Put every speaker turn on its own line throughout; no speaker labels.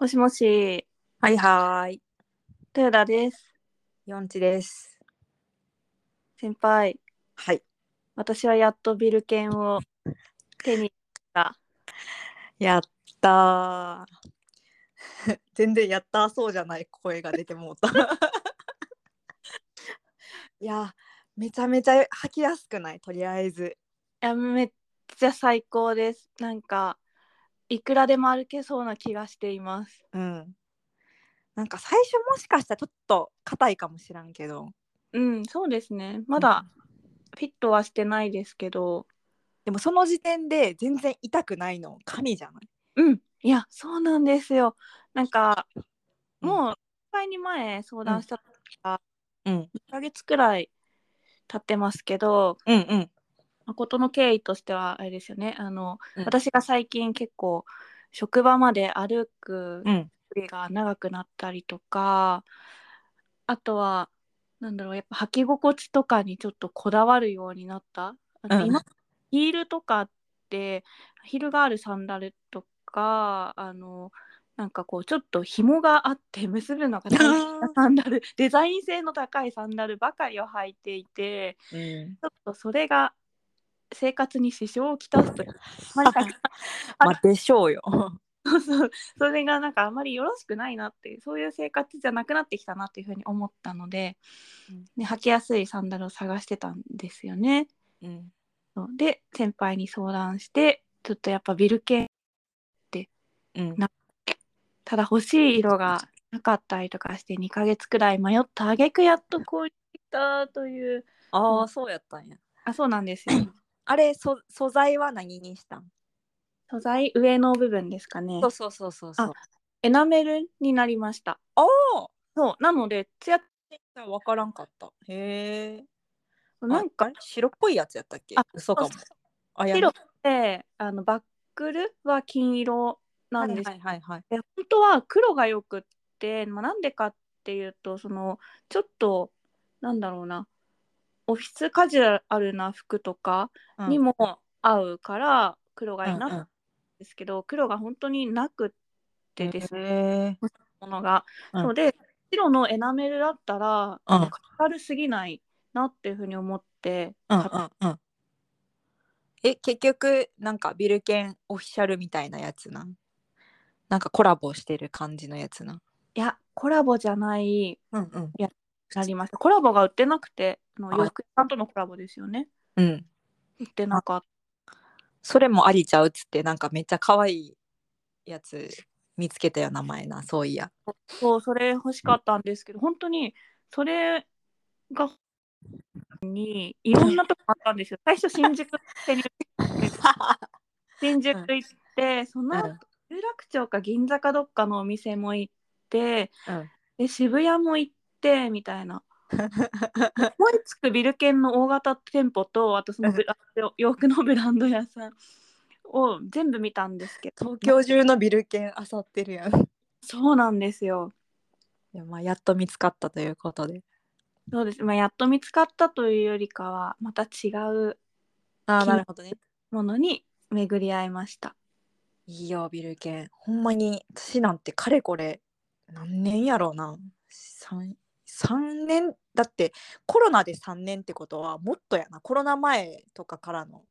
もしもし、
はいはーい。
豊田です。
ヨンチです。
先輩、
はい。
私はやっとビル券を手に。
やったー。 全然やったーそうじゃない声が出てもうた。 いや、めちゃめちゃ吐きやすくないとりあえず。
いや、めっちゃ最高です。なんか、いくらでも歩けそうな気がしています。
うん。なんか最初もしかしたらちょっと硬いかもしらんけど。
うん、そうですね。まだフィットはしてないですけど、
でもその時点で全然痛くないの神じゃない
うん、いや、そうなんですよ。なんか、
うん
もう、一回に前相談した時から、
うん。
1ヶ月くらい経ってますけど、
うんうん。
ことの経緯としてはあれですよねあの、
うん
私が最近結構職場まで歩く
うん。
距離が長くなったりとか、あとはなんだろうやっぱ履き心地とかにちょっとこだわるようになった。なんか今ヒールとかってヒールがあるサンダルとかあのなんかこうちょっと紐があって結ぶのが大変なサンダルデザイン性の高いサンダルばかりを履いていて。
うん。
ちょっとそれが生活に支障をきたす というまり
まあ、でしょうよ。
そうそうそれがなんかあまりよろしくないなっていうそういう生活じゃなくなってきたなっていうふうに思ったので、ね、履きやすいサンダルを探してたんですよね。
うん。
そうで先輩に相談してちょっとやっぱビル系
うん。
ただ欲しい色がなかったりとかして2ヶ月くらい迷った挙句やっとこういったという
ああ、そうやったんや。
あそうなんですよ
あれ、そ素材は何にしたん
素材上の部分ですかね
そうそうそうそうそう。
エナメルになりました
あ
そうなのでツヤ
あ、わからんかった。へえ。
な
なんん
か
か白っぽいやつやったっけ
あ？
嘘かも
そう。
あや
白ってあのバックルは金色な
なん
です、
はいはいはいはい。
で本当は黒がよくって、まあ、なんでかっていうとそのちょっとなんだろうなオフィスカジュアルな服とか
うん
にも合うから黒がいいな
うんん
で、すけど、黒が本当になくってですね、
へえ。
ものが、
うん
そうで白のエナメルだったら、
う
か
ん
かるすぎないなっていうふうに思って
うんうんうん。え結局なんかビルケンオフィシャルみたいなやつなん。なんかコラボしてる感じのやつなん。
いやコラボじゃない
うんうん。
なりました。コラボが売ってなくて、あの
あ
洋服屋さんとのコラボですよね。
うん。
売ってなかっ
それもありちゃうっつってなんかめっちゃ可愛いやつ見つけたよ名前なそういや。
た。そう、それ欲しかったんですけど、本当にそれがにいろんなとこあったんですよ。最初新宿手に新宿行って、その後有楽町か銀座かどっかのお店も行って、
うん
で渋谷も行ってみたいな。思いつくビル券の大型店舗とあとそのブランド洋服のブランド屋さんを全部見たんですけど
東京中のビル券あさってるやん。い
そうなんですよ。
やまあやっと見つかったということで。
そうです。まあ、やっと見つかったというよりかは、また違う
あ
ーなる
ほどね。
ものに巡り合いました。
いいよビル券。ほんまに私なんてかれこれ何年やろうな。三三年だってコロナで3年ってことはもっとやなコロナ前とかからの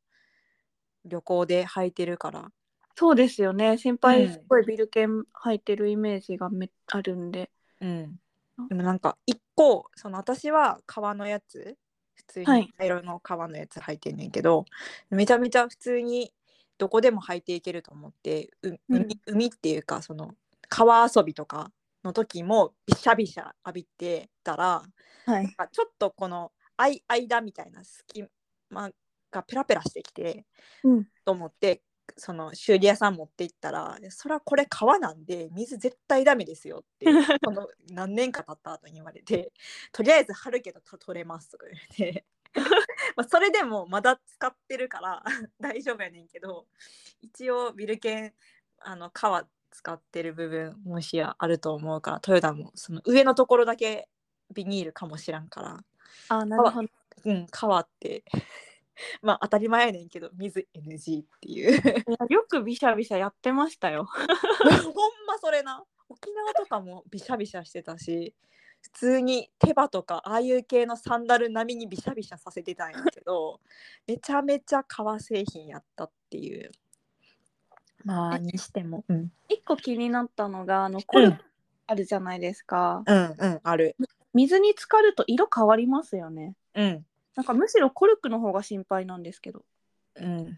旅行で履いてるから
そうですよね。先輩、
うん
すごいビルケン履いてるイメージがめあるんで。
うん、でもなんか一個その私は革のやつ普通
はい
に茶色の革のやつ履いてんねんけど、めちゃめちゃ普通にどこでも履いていけると思ってう海,、海っていうかその川遊びとかの時もびしゃびしゃ浴びてたら
はい。
なんかちょっとこのあい間みたいな隙間がペラペラしてきて
うん。
と思ってその修理屋さん持って行ったら「そらこれ川なんで水絶対ダメですよ」ってその何年か経った後に言われて「とりあえず貼るけどと取れます」とか言われてまあそれでもまだ使ってるから 大丈夫やねんけど一応ビルケンあの川使ってる部分もしやあると思うからトヨタもその上のところだけビニールかもしらんから
あ、なるほど。
うん川って まあ当たり前やねんけど水 NG っていう。
いやよくびしゃびしゃやってましたよ。
ほんまそれな。沖縄とかもビシャビシャしてたし普通に手羽とかああいう系のサンダル並みにビシャビシャさせてたんやけどめちゃめちゃ革製品やったっていうまあ
え
にしても、うん、
一個気になったのがあのコルクあるじゃないですか、
うんうんある
水に浸かると色変わりますよね
うん
なんかむしろコルクの方が心配なんですけど
うん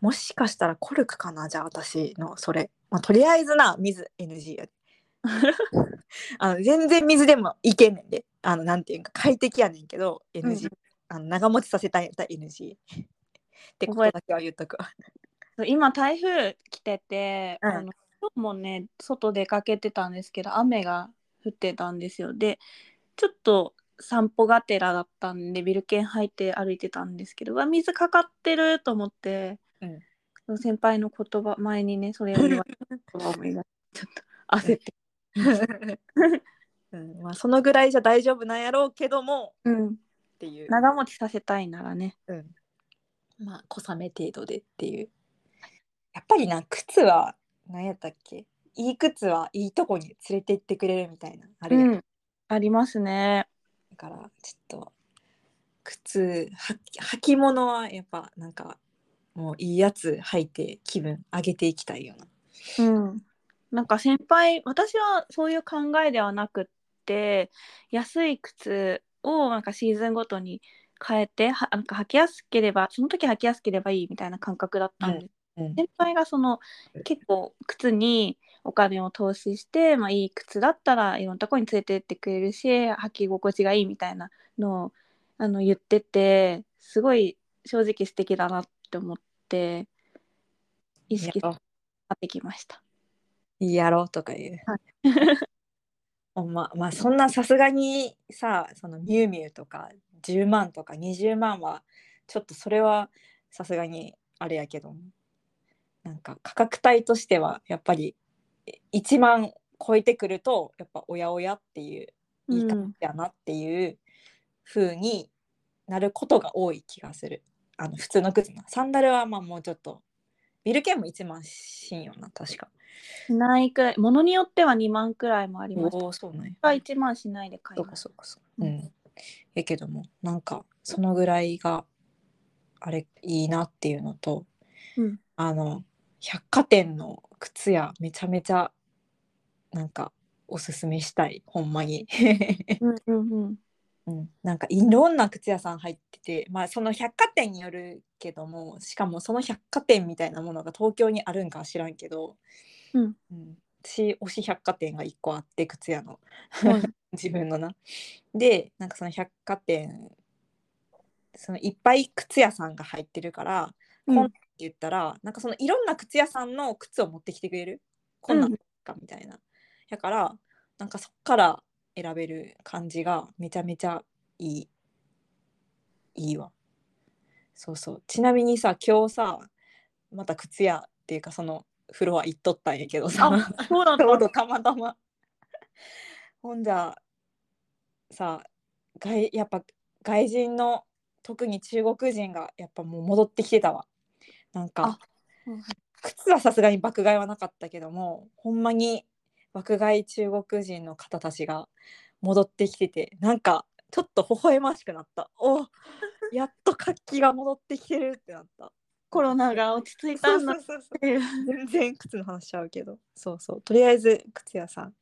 もしかしたらコルクかなじゃあ私のそれ、まあ、とりあえずな水 NG やであの全然水でもいけんねんであのなんていうんか快適やねんけど
う
NG、
ん
あの長持ちさせたいやったら NG ってことだけは言っとくわ
今台風来てて、
うん
あの今日もね外出かけてたんですけど雨が降ってたんですよでちょっと散歩がてらだったんでビルケン履いて歩いてたんですけどうわ水かかってると思って、
うん
その先輩の言葉前にねそれを言われた言葉を思い出しちょっと焦って、
うんまあ、そのぐらいじゃ大丈夫なんやろうけども
うん、
っていう、
長持ちさせたいならね
うんまあ小雨程度でっていうやっぱりな靴は何やったっけいい靴はいいとこに連れて行ってくれるみたいなあれやん、
うん、ありますね
だからちょっと靴は履き物はやっぱなんかもういいやつ履いて気分上げていきたいよな。
うん、なんか先輩私はそういう考えではなくって安い靴をなんかシーズンごとに変えてはなんか履きやすければその時履きやすければいいみたいな感覚だったんです、
うん
先輩がその結構靴にお金を投資して、まあ、いい靴だったらいろんなとこに連れてってくれるし履き心地がいいみたいなのをあの言っててすごい正直素敵だなって思って意識し
やろ
てきました。
いいやろうとか言う。 ほんままあそんなさすがにさそのミュウミュウとか10万とか20万はちょっとそれはさすがにあれやけどもなんか価格帯としてはやっぱりえ1万超えてくるとやっぱおやおやっていういい感じやなっていう風になることが多い気がする。あの普通の靴なサンダルはまあもうちょっとビルケンも1万しんよな確か。
しないくらい、ものによっては2万くらいもありました。
おおそうなんや
が1万しないで買い
そう
ま
か
す。
そうかそう
う
か。
ん
うん。やけどもなんかそのぐらいがあれいいなっていうのと
うん、
あの百貨店の靴屋めちゃめちゃなんかおすすめしたいほんまに、
うん、うん、うん。
うん、なんかいろんな靴屋さん入っててまあその百貨店によるけどもしかもその百貨店みたいなものが東京にあるんかは知らんけど、
うん
うん、私推し百貨店が1個あって靴屋の。
はい
自分のな。でなんかその百貨店そのいっぱい靴屋さんが入ってるから、
う
こんなん
ん
っ、て言ったらなんかそのいろんな靴屋さんの靴を持ってきてくれるこんなんかみたいな。だからなんかそっから選べる感じがめちゃめちゃいい。いいわ。そうそう。ちなみにさ今日さまた靴屋っていうかそのフロア行っとったんやけどさ。
あ、そうだっ
ち ょう
た。
どたまたま。ほんじゃさ外やっぱ外人の特に中国人がやっぱもう戻ってきてたわ。なんか
あうん
靴はさすがに爆買いはなかったけどもほんまに爆買い中国人の方たちが戻ってきててなんかちょっと微笑ましくなった。おやっと活気が戻ってきてるってなった。
コロナが落ち着い
そ
た
うんそ
だ
う
っ
そうそう
ていう。
全然靴の話しちゃうけどそうそうとりあえず靴屋さん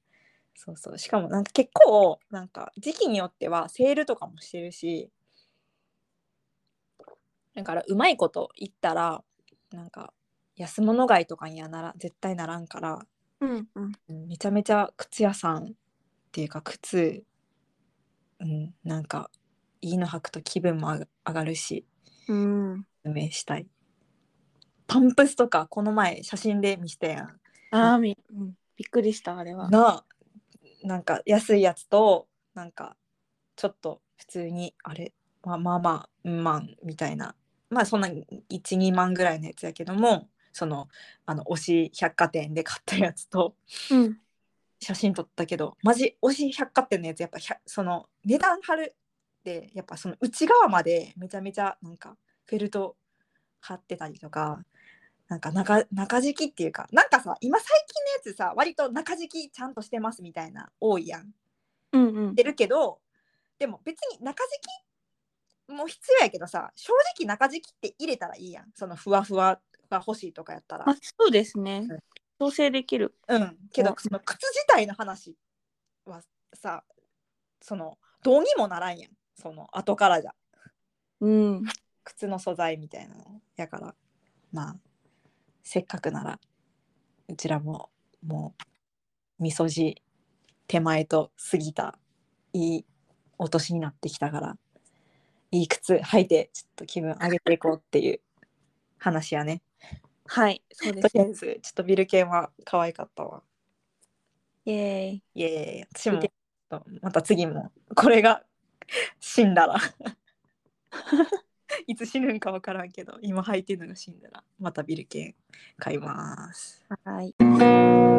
そうそうしかもなんか結構なんか時期によってはセールとかもしてるしだからうまいこと言ったらなんか安物買いとかにはなら絶対ならんから
うん、うん。
うんめちゃめちゃ靴屋さんっていうか靴うんなんかいいの履くと気分も上が上がるし
うん、
おすすめしたいパンプスとかこの前写真で見せたやん
あーみ、うん、びっくりした、あれは。
なあなんか安いやつとなんかちょっと普通にあれまあまあまあうんまんみたいなまあそんな12万ぐらいのやつやけどもそのあの推し百貨店で買ったやつと
うん、
写真撮ったけどマジ推し百貨店のやつやっぱひゃその値段張るでやっぱその内側までめちゃめちゃなんかフェルト貼ってたりとかなんか中中敷きっていうかなんかさ今最近やつさ割と中敷きちゃんとしてますみたいな多いやん。
うんうん
してるけどでも別に中敷きも必要やけどさ正直中敷きって入れたらいいやんそのふわふわが欲しいとかやったら
まあ。そうですね
うん
調整できる
うん、け
う
ど
ん
その靴自体の話はさそのどうにもならんやんその後からじゃ
うん
靴の素材みたいなのやからまあせっかくならうちらももうみそじ手前と過ぎたいいお年になってきたからいい靴履いてちょっと気分上げていこうっていう話やね。
はいそうで
と
す
りあ
ね
えずちょっとビル系は可愛かったわ。
イエーイ
いやいやいや私も
見て
また次もこれが死んだら いつ死ぬんか分からんけど今履いてるのが死んだらまたビルケン買います。
はい
は